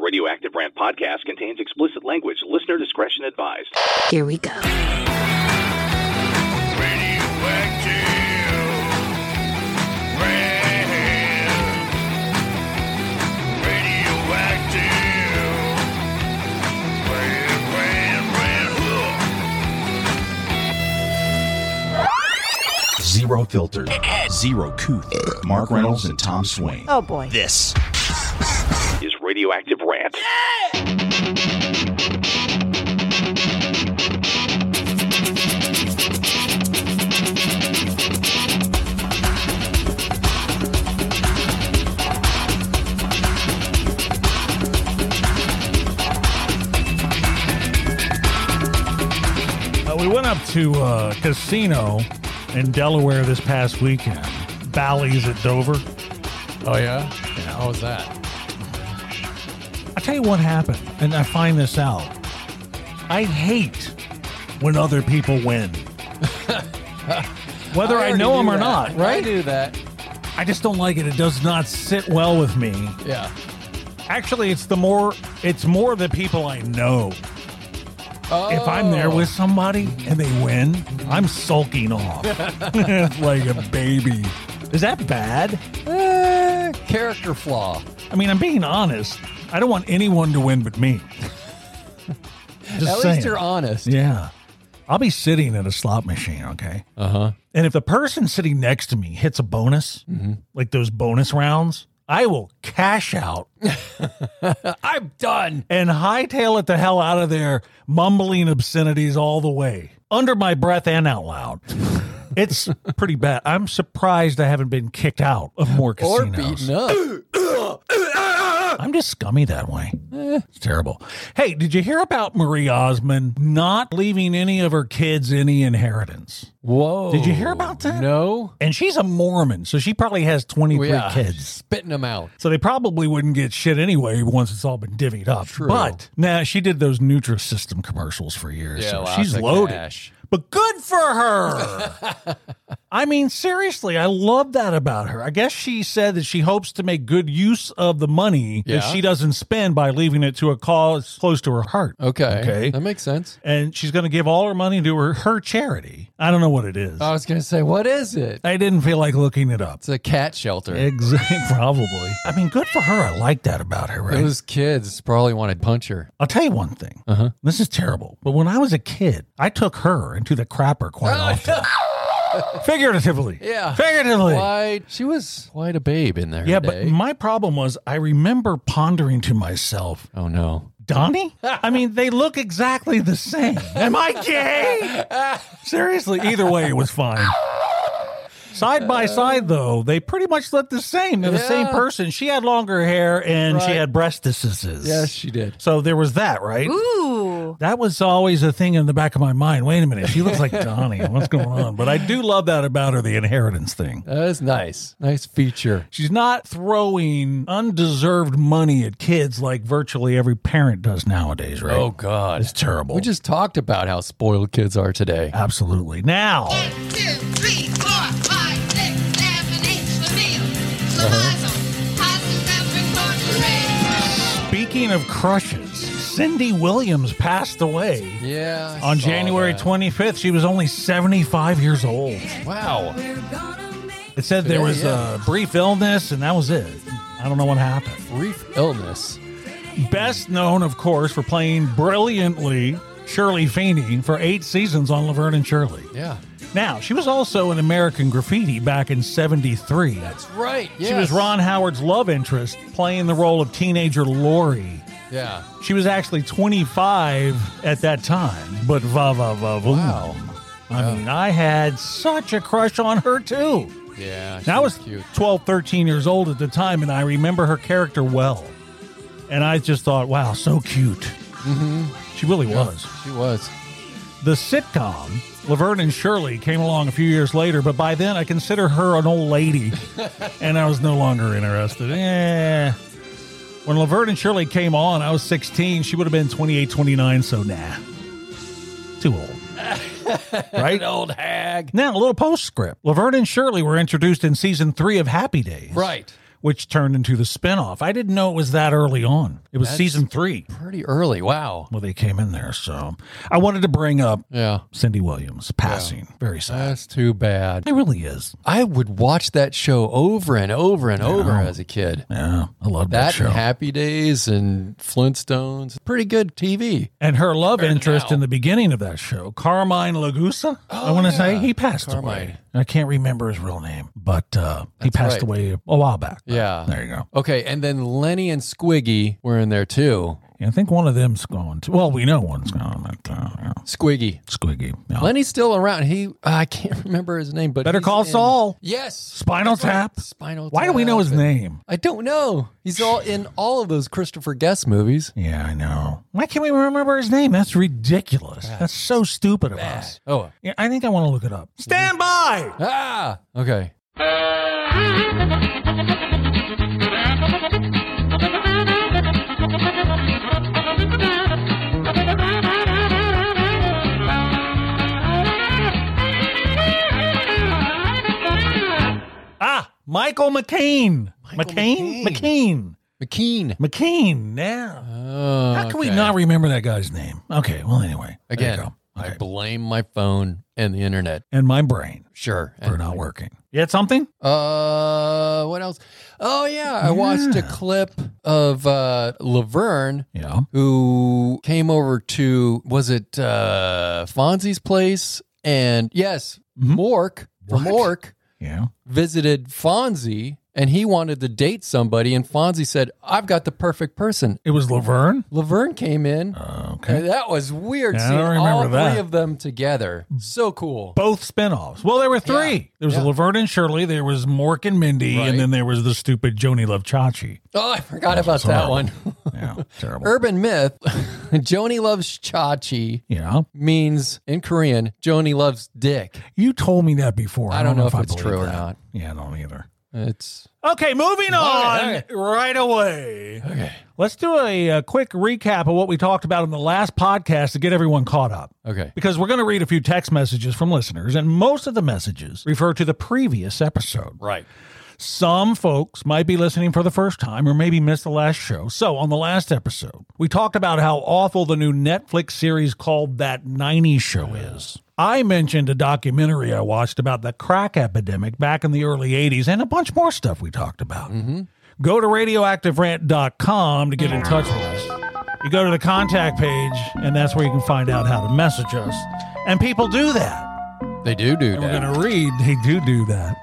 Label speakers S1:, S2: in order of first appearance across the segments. S1: Radioactive Rant podcast contains explicit language. Listener discretion advised.
S2: Here we go.
S3: Zero filter, zero couth. Mark Reynolds and Tom Swain.
S2: Oh boy.
S3: This
S1: Is Radioactive Rant.
S4: Uh, we went up to uh, casino in Delaware this past weekend. Bally's at Dover.
S5: Oh yeah? How was that?
S4: I tell you what happened, and I find this out. I hate when other people win, whether I,
S5: already
S4: know them
S5: knew
S4: or
S5: that.
S4: not. Right?
S5: I do that.
S4: I just don't like it. It does not sit well with me.
S5: Yeah.
S4: Actually, it's the more it's more the people I know. If I'm there
S5: Oh.
S4: with somebody and they win, I'm sulking off like a baby. Is that bad?
S5: Eh, character flaw.
S4: I mean, I'm being honest. I don't want anyone to win but me. Just
S5: At
S4: saying.
S5: least you're honest.
S4: Yeah. I'll be sitting at a slot machine, okay?
S5: Uh huh.
S4: And if the person sitting next to me hits a bonus,
S5: Mm-hmm.
S4: like those bonus rounds, I will cash out
S5: I'm done.
S4: and hightail it the hell out of there, mumbling obscenities all the way, under my breath and out loud. It's pretty bad. I'm surprised I haven't been kicked out of more
S5: Or
S4: casinos.
S5: beaten up.
S4: I'm just scummy that way.
S5: Eh.
S4: It's terrible. Hey, did you hear about Marie Osmond not leaving any of her kids any inheritance?
S5: Whoa.
S4: Did you hear about that?
S5: No.
S4: And she's a Mormon, so she probably has 23
S5: yeah.
S4: kids.
S5: Spitting them out.
S4: So they probably wouldn't get shit anyway once it's all been divvied up.
S5: True.
S4: But now she did those Nutrisystem commercials for years.
S5: Yeah,
S4: so
S5: lots
S4: she's
S5: of
S4: loaded.
S5: cash.
S4: But good for her. I mean, seriously, I love that about her. I guess she said that she hopes to make good use of the money
S5: Yeah.
S4: that she doesn't spend by leaving it to a cause close to her heart.
S5: Okay.
S4: Okay.
S5: That makes sense.
S4: And she's going to give all her money to her, her charity. I don't know what it is.
S5: I was gonna say, what is it?
S4: I didn't feel like looking it up.
S5: Uh, It's a cat shelter.
S4: Exactly. Probably. I mean, good for her. I like that about her, right?
S5: Those kids probably want to punch her.
S4: I'll tell you one thing.
S5: Uh-huh.
S4: This is terrible. But when I was a kid, I took her into the crapper quite often. Figuratively.
S5: Oh, Yeah.
S4: Figuratively.
S5: Why? She was quite a babe in there.
S4: Yeah,
S5: today.
S4: but my problem was I remember pondering to myself,
S5: oh no.
S4: Donnie? I mean, they look exactly the same. Am I gay? Seriously, either way, it was fine. Side by side, though, they pretty much looked the same. They're the same
S5: Uh. Yeah.
S4: person. She had longer hair and she
S5: Right.
S4: had breast diseases.
S5: Yes, she did.
S4: So there was that, right?
S2: Ooh.
S4: That was always a thing in the back of my mind. Wait a minute, she looks like Donnie. What's going on? But I do love that about her, the inheritance thing.
S5: That is nice. Nice feature.
S4: She's not throwing undeserved money at kids like virtually every parent does nowadays, right?
S5: Oh God.
S4: it's terrible.
S5: We just talked about how spoiled kids are today.
S4: Absolutely. Now,
S6: two, three, four, five, six, seven, eight, Slamil, Slamazo, Possum, Reverend, Gordon,
S4: speaking of crushes, Cindy Williams passed away
S5: Yeah. I
S4: on
S5: saw
S4: January
S5: that.
S4: 25th. She was only 75 years old.
S5: Wow.
S4: It said there
S5: Yeah,
S4: was
S5: yeah.
S4: a brief illness, and that was it. I don't know what happened.
S5: Brief illness.
S4: Best known, of course, for playing brilliantly Shirley Feeney for eight seasons on Laverne and Shirley.
S5: Yeah.
S4: Now, she was also in American Graffiti back in 73.
S5: That's right. Yes.
S4: She was Ron Howard's love interest, playing the role of teenager Lori.
S5: Yeah.
S4: She was actually 25 at that time, but va va va voom.
S5: Wow.
S4: I mean, I had such a crush on her too.
S5: Yeah. she
S4: Now I was
S5: cute.
S4: 12, 13 years old at the time, and I remember her character well. And I just thought, wow, so cute. Mm-hmm. She really was.
S5: She was.
S4: The sitcom Laverne and Shirley came along a few years later, but by then I consider her an old lady, and I was no longer interested. Eh. When Laverne and Shirley came on, I was 16. She would have been 28, 29, so nah. Too old. right?
S5: Old hag.
S4: Now, a little postscript. Laverne and Shirley were introduced in season three of Happy Days,
S5: Right.
S4: which turned into the spinoff. I didn't know it was that early on. It was
S5: That's-
S4: season three
S5: Pretty early. Wow.
S4: when they came in there. So I wanted to bring up
S5: Yeah.
S4: Cindy Williams passing. Very sad.
S5: That's too bad.
S4: It really is.
S5: I would watch that show over and over and over as a kid.
S4: Yeah, I love that,
S5: That
S4: show.
S5: and Happy Days and Flintstones. Pretty good TV.
S4: and her love interest
S5: now. Oh,
S4: in the beginning of that show, Carmine Lagusa. I want to say he passed away.
S5: Carmine.
S4: I can't remember his real name, but uh, he passed
S5: right.
S4: away a while back.
S5: Yeah.
S4: There you go.
S5: Okay, and then Lenny and Squiggy were in there too.
S4: I think one of them's gone. To, well, we know one's gone. But, uh, yeah.
S5: Squiggy.
S4: Squiggy. Yeah.
S5: Lenny's still around. He I can't remember his name, but
S4: Better
S5: he's
S4: Call
S5: in-
S4: Saul.
S5: Yes.
S4: Spinal
S5: That's right.
S4: Tap.
S5: Spinal
S4: Why do we know his
S5: Tap.
S4: name?
S5: I don't know. He's all in all of those Christopher Guest movies.
S4: Yeah, I know. Why can't we remember his name? That's ridiculous. That's, so stupid of us.
S5: Oh.
S4: Yeah, I think I want to look it up. Stand by.
S5: Ah. Okay.
S4: Ah, Michael McCain. McCain? McCain.
S5: McKean.
S4: McCain. Now.
S5: Oh,
S4: How can we
S5: okay.
S4: not remember that guy's name? Okay, well, anyway. there you
S5: Again,
S4: go.
S5: I
S4: Okay.
S5: blame my phone and the internet.
S4: and my brain
S5: Sure.
S4: for not working. You had something?
S5: Uh, what else? Oh yeah, I watched a
S4: Yeah.
S5: clip of uh Laverne
S4: Yeah.
S5: who came over to was it uh Fonzie's place and yes,
S4: Mhm.
S5: Mork from
S4: What?
S5: Mork
S4: Yeah.
S5: visited Fonzie and he wanted to date somebody and Fonzie said, "I've got the perfect person."
S4: It was Laverne.
S5: Laverne came in.
S4: Okay.
S5: and that was weird
S4: Yeah, I
S5: seeing
S4: don't
S5: all
S4: remember that.
S5: three of them together. So cool.
S4: Both spinoffs. Well, there were three.
S5: Yeah.
S4: There was
S5: Yeah.
S4: Laverne and Shirley. There was Mork and Mindy,
S5: Right.
S4: and then there was the stupid Joni Love Chachi.
S5: Oh, I forgot about that
S4: horrible.
S5: one.
S4: Yeah, terrible.
S5: Urban myth, Joni loves Chachi.
S4: yeah,
S5: means in Korean, Joni loves dick.
S4: you told me that before.
S5: I don't know if
S4: I
S5: it's
S4: believe
S5: true or
S4: that.
S5: not.
S4: Yeah, I don't either.
S5: It's
S4: Okay, moving on
S5: right,
S4: right away. Okay, let's do a, uh quick recap of what we talked about in the last podcast to get everyone caught up.
S5: okay.
S4: Because we're going to read a few text messages from listeners, and most of the messages refer to the previous episode.
S5: Right.
S4: Some folks might be listening for the first time or maybe missed the last show. So, on the last episode, we talked about how awful the new Netflix series called That 90s Show is. I mentioned a documentary I watched about the crack epidemic back in the early 80s and a bunch more stuff we talked about.
S5: Mm-hmm.
S4: Go to radioactiverant.com to get in touch with us. You go to the contact page, and that's where you can find out how to message us. And people do that.
S5: They do do
S4: And we're
S5: that.
S4: going to read. They do do that.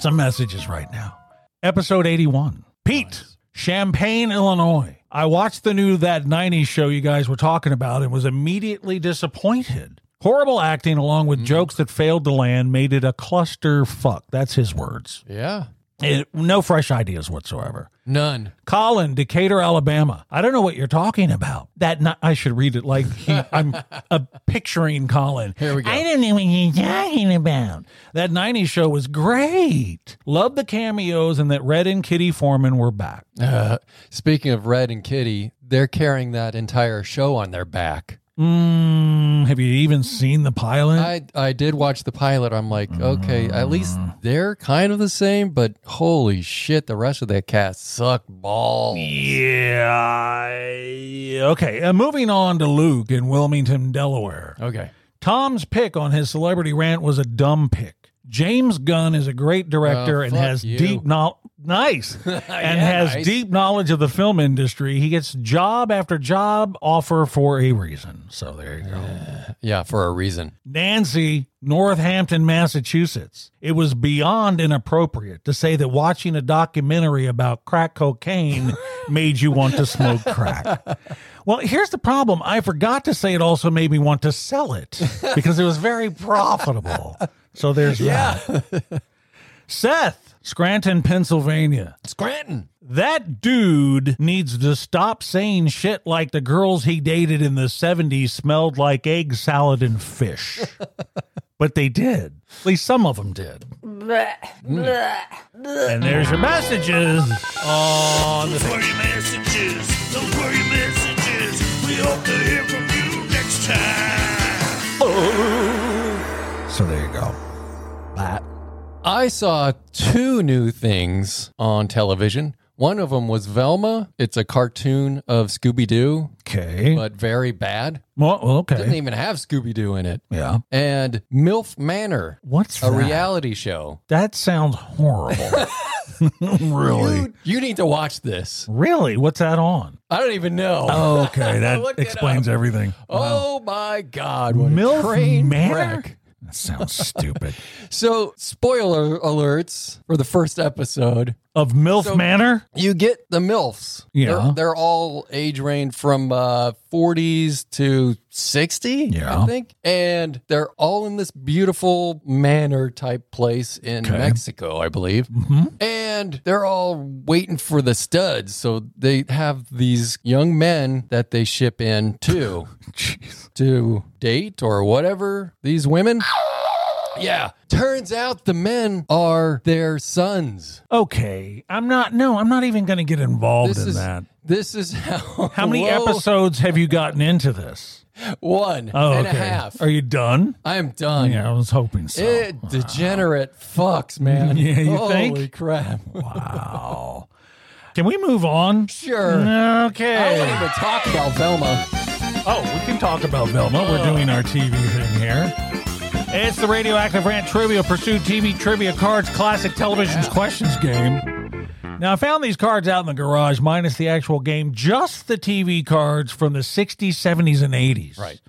S4: Some messages right now. Episode 81. Pete, Champaign, Illinois. I watched the new That 90s show you guys were talking about and was immediately disappointed. Horrible acting, along with jokes that failed to land, made it a cluster fuck. That's his words.
S5: Yeah.
S4: It- no fresh ideas whatsoever.
S5: None.
S4: Colin, Decatur, Alabama. I don't know what you're talking about. That ni- I should read it like he, I'm uh, picturing Colin.
S5: Here we go.
S4: I don't know what you're talking about. That '90s show was great. Love the cameos and that Red and Kitty Foreman were back.
S5: Uh, speaking of Red and Kitty, they're carrying that entire show on their back.
S4: Mm, have you even seen the pilot?
S5: I I did watch the pilot. I'm like, okay, at least
S4: Mm.
S5: they're kind of the same, but holy shit, the rest of that cast suck balls.
S4: yeah. I- okay. Uh, moving on to Luke in Wilmington, Delaware.
S5: Okay.
S4: Tom's pick on his celebrity rant was a dumb pick. James Gunn is a great director
S5: Oh,
S4: and
S5: fuck
S4: has
S5: you.
S4: deep knowledge. Nice. and has
S5: nice.
S4: deep knowledge of the film industry. He gets job after job offer for a reason. So there you go.
S5: Yeah, for a reason.
S4: Nancy, Northampton, Massachusetts. It was beyond inappropriate to say that watching a documentary about crack cocaine made you want to smoke crack. Well, here's the problem. I forgot to say it also made me want to sell it because it was very profitable. So there's that. Seth, Scranton, Pennsylvania.
S5: Scranton.
S4: That dude needs to stop saying shit like the girls he dated in the 70s smelled like egg salad and fish. but they did. At least some of them did.
S5: Mm.
S4: and there's your messages on the
S2: Those were your messages. Those were your messages. We hope to hear from you next time.
S4: So there you go. That.
S5: I saw two new things on television. One of them was Velma. It's a cartoon of Scooby Doo,
S4: Okay.
S5: but very bad.
S4: well, well,
S5: Didn't
S4: okay.
S5: even have Scooby Doo in it.
S4: Yeah.
S5: And MILF Manor,
S4: What's
S5: a
S4: that?
S5: reality show.
S4: That sounds horrible. really?
S5: You, you need to watch this.
S4: Really? What's that on?
S5: I don't even know.
S4: Oh, Okay,
S5: I
S4: that
S5: looked it
S4: explains
S5: up.
S4: everything.
S5: Oh my God! What a
S4: Milf
S5: train
S4: Manor?
S5: wreck.
S4: That sounds stupid.
S5: So, spoiler alerts for the first episode.
S4: Of MILF
S5: So-
S4: Manor?
S5: You get the MILFs.
S4: Yeah.
S5: They're, they're all age range from uh, 40s to 60,
S4: Yeah.
S5: I think. And they're all in this beautiful manor type place in
S4: Okay. Mm-hmm.
S5: Mexico, I believe. And they're all waiting for the studs. So they have these young men that they ship in too.
S4: Jeez.
S5: to date or whatever these women. Yeah. Turns out the men are their sons.
S4: Okay. I'm not, no, I'm not even going to get involved
S5: This
S4: in
S5: is
S4: that.
S5: this is how
S4: How many
S5: Whoa.
S4: episodes have you gotten into this?
S5: One
S4: Oh,
S5: and
S4: okay.
S5: a half.
S4: Are you done?
S5: I'm done.
S4: Yeah, I was hoping so.
S5: It degenerate fucks, man.
S4: Yeah, you
S5: Holy
S4: think?
S5: crap.
S4: wow. Can we move on?
S5: Sure. I don't
S4: Okay.
S5: even talk about Velma.
S4: Oh, we can talk about Velma. We're doing our TV thing here. It's the Radioactive Rant Trivia Pursuit TV Trivia Cards Classic Television's Questions game. Now, I found these cards out in the garage, minus the actual game, just the TV cards from the 60s, 70s, and 80s.
S5: Right.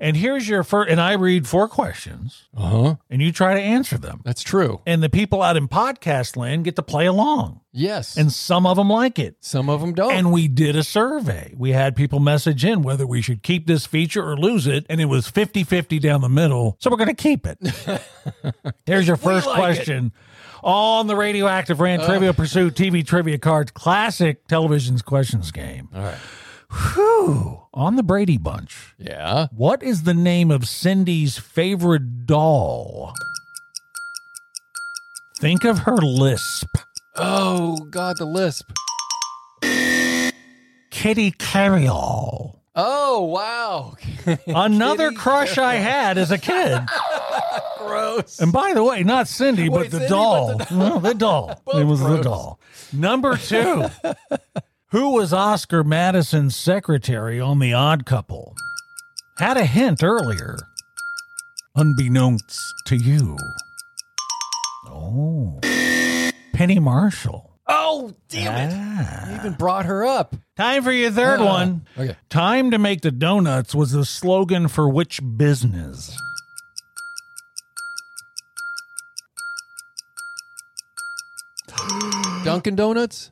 S4: And here's your first, and I read four questions,
S5: Uh huh.
S4: and you try to answer them.
S5: That's true.
S4: And the people out in podcast land get to play along,
S5: Yes.
S4: and some of them like it.
S5: some of them don't.
S4: And we did a survey. We had people message in whether we should keep this feature or lose it, and it was 50 50 down the middle. So we're going to keep it. Here's your first
S5: like Oh.
S4: question. On the Radioactive Rant Trivia Pursuit TV Trivia Cards Classic Television's Questions game.
S5: All right.
S4: Whew. On the Brady Bunch,
S5: Yeah.
S4: what is the name of Cindy's favorite doll? Think of her lisp.
S5: Oh, God, the lisp.
S4: Kitty Carryall.
S5: Oh, wow.
S4: Another
S5: Kitty
S4: crush I had as a kid.
S5: Gross.
S4: And by the way, not Cindy, but
S5: Wait,
S4: the
S5: Cindy, but
S4: doll.
S5: the
S4: No, the doll.
S5: Both
S4: it was the
S5: gross.
S4: doll. Number two. Who was Oscar Madison's secretary on The Odd Couple? Had a hint earlier. Unbeknownst to you. Oh. Penny Marshall.
S5: Oh, damn it.
S4: Ah.
S5: even brought her up.
S4: Time for your third
S5: Ah.
S4: one.
S5: Okay.
S4: Time to make the donuts was the slogan for which business?
S5: Dunkin' Donuts?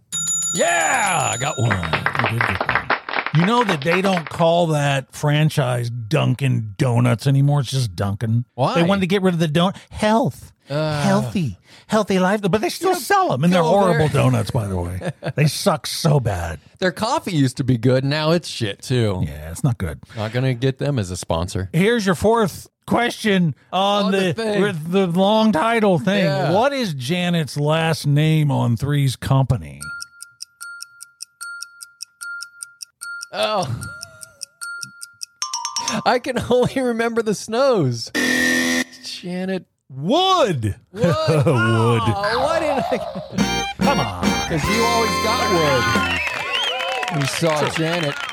S4: Yeah, I got one. You know that they don't call that franchise Dunkin' Donuts anymore. It's just Dunkin'.
S5: Why?
S4: They wanted to get rid of the donut health,
S5: Uh.
S4: healthy, healthy life. But they still sell them, and they're
S5: go
S4: horrible
S5: there.
S4: donuts, by the way. they suck so bad.
S5: Their coffee used to be good. Now it's shit, too.
S4: Yeah, it's not good.
S5: Not going to get them as a sponsor.
S4: Here's your fourth question on,
S5: On the
S4: the
S5: thing.
S4: with the, long title thing.
S5: Yeah.
S4: What is Janet's last name on Three's Company?
S5: Oh. I can only remember the snows. Janet
S4: Wood.
S5: Wood. Oh, why didn't I?
S4: Come on.
S5: Because you always got Wood. We saw Janet.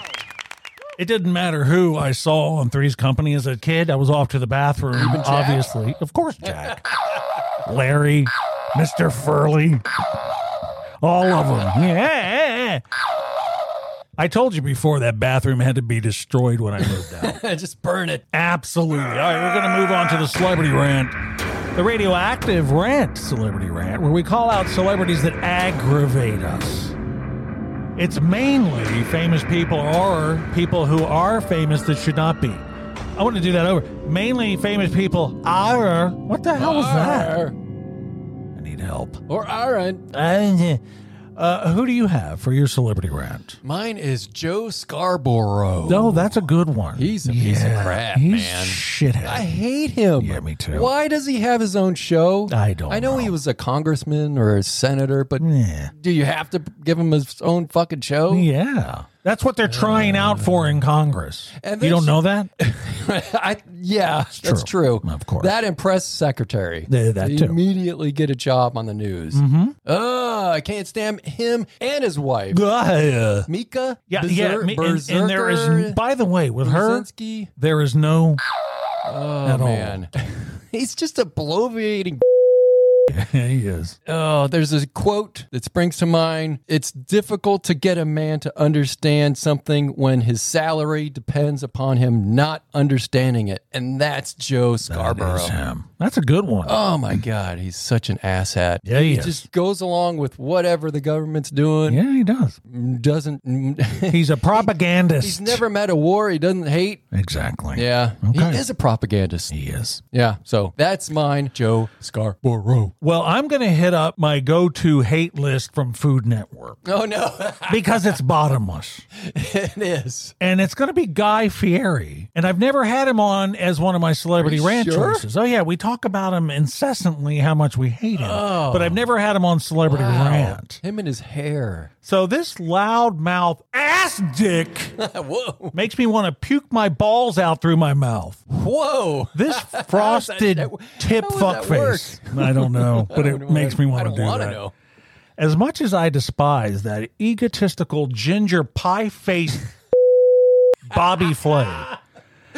S4: It didn't matter who I saw on Three's Company as a kid. I was off to the bathroom, obviously. Of course, Jack, Larry, Mr. Furley, all of them. Yeah. I told you before that bathroom had to be destroyed when I moved out.
S5: Just burn it.
S4: Absolutely. All right, we're going to move on to the celebrity rant. The radioactive rant, celebrity rant, where we call out celebrities that aggravate us. It's mainly famous people or people who are famous that should not be. I want to do that over. Mainly famous people are. What the hell was that?
S5: Arr.
S4: I need help.
S5: Or Aaron.
S4: Uh, uh, who do you have for your celebrity rant?
S5: Mine is Joe Scarborough.
S4: No, that's a good one.
S5: He's a piece of crap,
S4: he's
S5: man.
S4: Shithead.
S5: I hate him.
S4: Yeah, me too.
S5: Why does he have his own show?
S4: I don't
S5: I know,
S4: know. Mm.
S5: he was a congressman or a senator, but
S4: yeah.
S5: do you have to give him his own fucking show?
S4: Yeah. That's what they're trying out for in Congress.
S5: Uh. And
S4: you
S5: they
S4: don't
S5: sh-
S4: know that?
S5: I, yeah, that's
S4: true.
S5: true.
S4: Of course.
S5: That impressed secretary.
S4: Yeah, that
S5: They
S4: too. Mm-hmm.
S5: Immediately get a job on the news. Oh, I can't stand him and his wife.
S4: yeah,
S5: Mika?
S4: yeah.
S5: Berzer-
S4: me- and, and there is,
S5: Berserker?
S4: by the way, with her,
S5: Brzezinski?
S4: there is no.
S5: Oh,
S4: At all.
S5: man. He's just a bloviating.
S4: he is.
S5: Oh, there's a quote that springs to mind. It's difficult to get a man to understand something when his salary depends upon him not understanding it. And that's Joe Scarborough.
S4: That's him. That's a good one.
S5: Oh my God, he's such an asshat.
S4: Yeah, he is.
S5: just goes along with whatever the government's doing.
S4: yeah, he does.
S5: Doesn't.
S4: He's a propagandist.
S5: he's never met a war he doesn't hate.
S4: exactly.
S5: Yeah,
S4: Okay.
S5: he is a propagandist.
S4: he is.
S5: Yeah, so that's mine, Joe Scarborough.
S4: Well, I'm going to hit up my go-to hate list from Food Network
S5: Oh no,
S4: because it's bottomless.
S5: it is.
S4: and it's going to be Guy Fieri. And I've never had him on as one of my celebrity
S5: Are you
S4: ranch
S5: sure?
S4: choices. Oh yeah, we talk about him incessantly, how much we hate him.
S5: Oh.
S4: But I've never had him on celebrity rant.
S5: Him and his hair.
S4: So this loudmouth ass dick
S5: Whoa,
S4: makes me want to puke my balls out through my mouth.
S5: whoa.
S4: This frosted
S5: that-
S4: tip
S5: how would that
S4: fuckface. I don't know, but it makes me want
S5: I
S4: to
S5: don't
S4: do
S5: wanna
S4: that.
S5: know.
S4: As much as I despise that egotistical ginger pie face Bobby Flay,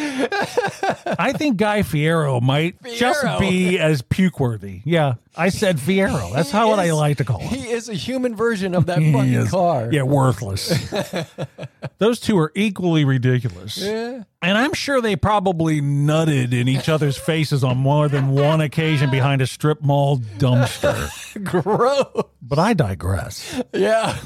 S4: I think Guy Fiero might just
S5: Fiero.
S4: be as puke worthy. Yeah, I said Fiero. That's how what I
S5: is-
S4: like to call him.
S5: He is a human version of that
S4: He
S5: fucking
S4: is-
S5: car.
S4: Yeah, worthless. Those two are equally ridiculous.
S5: Yeah.
S4: And I'm sure they probably nutted in each other's faces on more than one occasion behind a strip mall dumpster.
S5: Gross.
S4: But I digress.
S5: Yeah.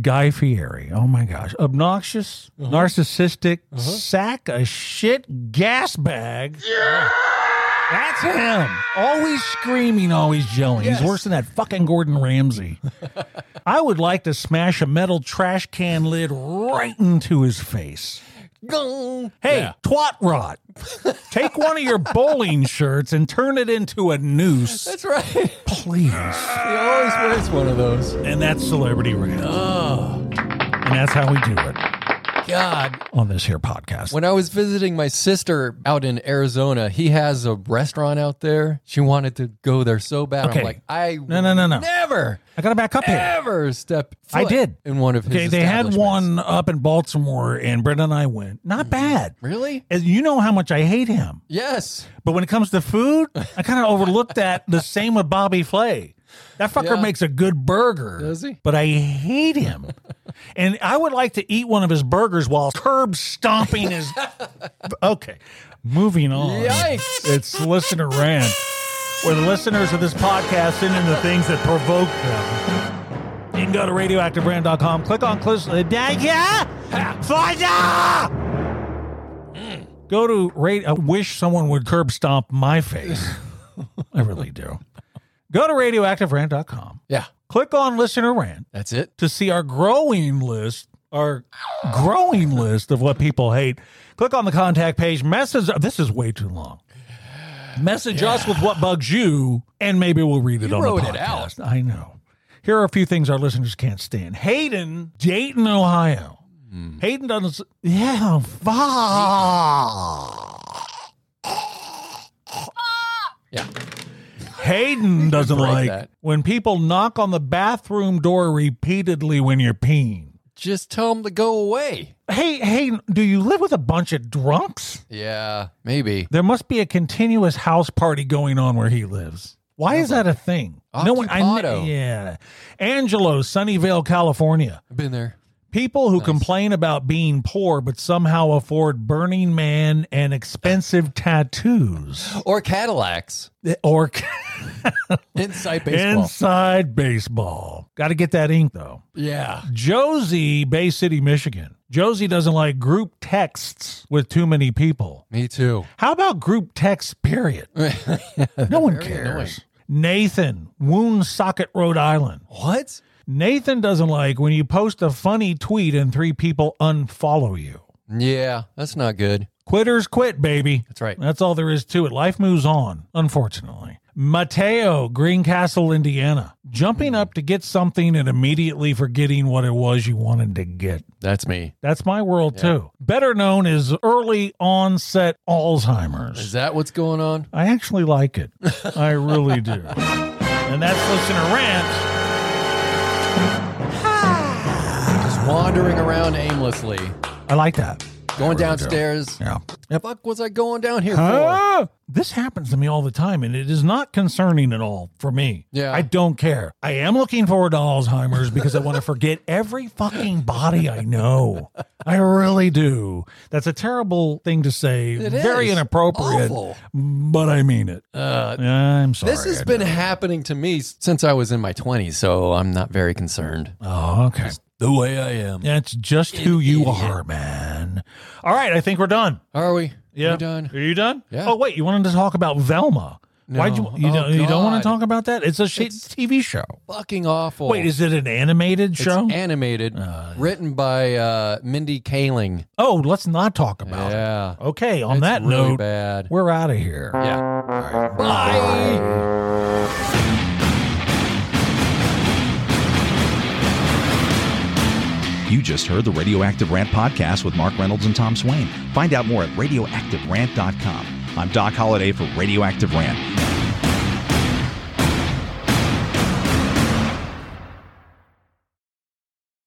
S4: Guy Fieri. Oh my gosh. Obnoxious, narcissistic, sack a shit gas bag. That's him. Always screaming, always yelling. He's worse than that fucking Gordon Ramsay. I would like to smash a metal trash can lid right into his face.
S5: Gong.
S4: Hey, twat rot. Take one of your bowling shirts and turn it into a noose,
S5: That's right. He
S4: please.
S5: always wears one of those.
S4: And that's Celebrity Rant. And that's how we do it
S5: God.
S4: on this here podcast.
S5: When I was visiting my sister out in Arizona, he has a restaurant out there. She wanted to go there so bad.
S4: Okay.
S5: I'm like, I
S4: No, no, no, no.
S5: never,
S4: I got to back up here.
S5: ever step.
S4: I
S5: foot
S4: did.
S5: in one of his.
S4: Okay, they had
S5: establishments. Mm-hmm.
S4: one up in Baltimore, and Brenda and I went. Not bad.
S5: Really?
S4: And you know how much I hate him.
S5: Yes.
S4: But when it comes to food, I kind of overlooked that. The same with Bobby Flay. That fucker
S5: Yeah.
S4: makes a good burger.
S5: Does he?
S4: But I hate him. and I would like to eat one of his burgers while curb stomping his. okay, moving on.
S5: Yikes.
S4: It's listener rant, where the listeners of this podcast send in the things that provoke them. You can go to radioactiverant.com, click on close. uh, da- yeah? Find out! Go to rate. I wish someone would curb stomp my face. I really do. Go to radioactiverant.com,
S5: Yeah.
S4: click on listener rant
S5: That's it.
S4: to see our growing list, our growing list of what people hate, click on the contact page. Message. This is way too long. Message us with what bugs you, and maybe we'll read it on
S5: wrote
S4: the
S5: it out.
S4: podcast. I know. Here are a few things our listeners can't stand. Hayden, Dayton, Ohio.
S5: Hmm.
S4: Hayden doesn't. Yeah, fuck.
S5: Yeah.
S4: Hayden doesn't
S5: break
S4: like
S5: that.
S4: when people knock on the bathroom door repeatedly when you're peeing.
S5: Just tell him to go away.
S4: Hey, hey, do you live with a bunch of drunks?
S5: Yeah. Maybe.
S4: There must be a continuous house party going on where he lives. Why is that a thing?
S5: Occupado.
S4: yeah. Angelo, Sunnyvale, California.
S5: I've been there.
S4: People who complain about being poor but somehow afford Burning Man and expensive tattoos
S5: Or Cadillacs.
S4: or
S5: Inside baseball.
S4: inside baseball. Got to get that ink though.
S5: yeah.
S4: Josie, Bay City, Michigan. Josie doesn't like group texts with too many people.
S5: Me too.
S4: How about group text, period? no one
S5: Very
S4: cares. Nathan, Wound Socket, Rhode Island.
S5: What?
S4: Nathan doesn't like when you post a funny tweet and three people unfollow you.
S5: Yeah. That's not good.
S4: Quitters quit, baby.
S5: That's right.
S4: That's all there is to it. Life moves on, unfortunately. Mateo, Greencastle, Indiana, jumping up to get something and immediately forgetting what it was you wanted to get.
S5: That's me.
S4: That's my world too. Better known as early onset Alzheimer's.
S5: Is that what's going on?
S4: I actually like it. I really do. And that's listener rant.
S5: Just wandering around aimlessly,
S4: I like that.
S5: going downstairs.
S4: Yeah.
S5: The fuck was I going down here for?
S4: Ah! This happens to me all the time, and it is not concerning at all for me.
S5: Yeah.
S4: I don't care. I am looking forward to Alzheimer's because I want to forget every fucking body I know. I really do. That's a terrible thing to say.
S5: It
S4: Very
S5: is.
S4: inappropriate.
S5: Awful.
S4: But I mean it.
S5: Uh,
S4: I'm sorry.
S5: this has
S4: I
S5: been
S4: know.
S5: happening to me s- since I was in my 20s, so I'm not very concerned.
S4: Oh, okay.
S5: The way I am.
S4: That's just who you are, man. All right, I think we're done.
S5: Are we?
S4: Yeah.
S5: We done?
S4: Are you done?
S5: Yeah.
S4: Oh wait, you wanted to talk about Velma. Why'd you
S5: No.
S4: you
S5: Oh,
S4: don't you don't want to
S5: God.
S4: talk about that? It's a shit TV show.
S5: Fucking awful.
S4: Wait, is it an animated
S5: it's
S4: show?
S5: animated, written by uh, Mindy Kaling.
S4: oh, let's not talk about it.
S5: Yeah.
S4: Okay, on
S5: It's
S4: that
S5: really
S4: note,
S5: bad.
S4: we're out of here.
S5: Yeah. Bye.
S3: You just heard the Radioactive Rant podcast with Mark Reynolds and Tom Swain. Find out more at radioactiverant.com. I'm Doc Holliday for Radioactive Rant.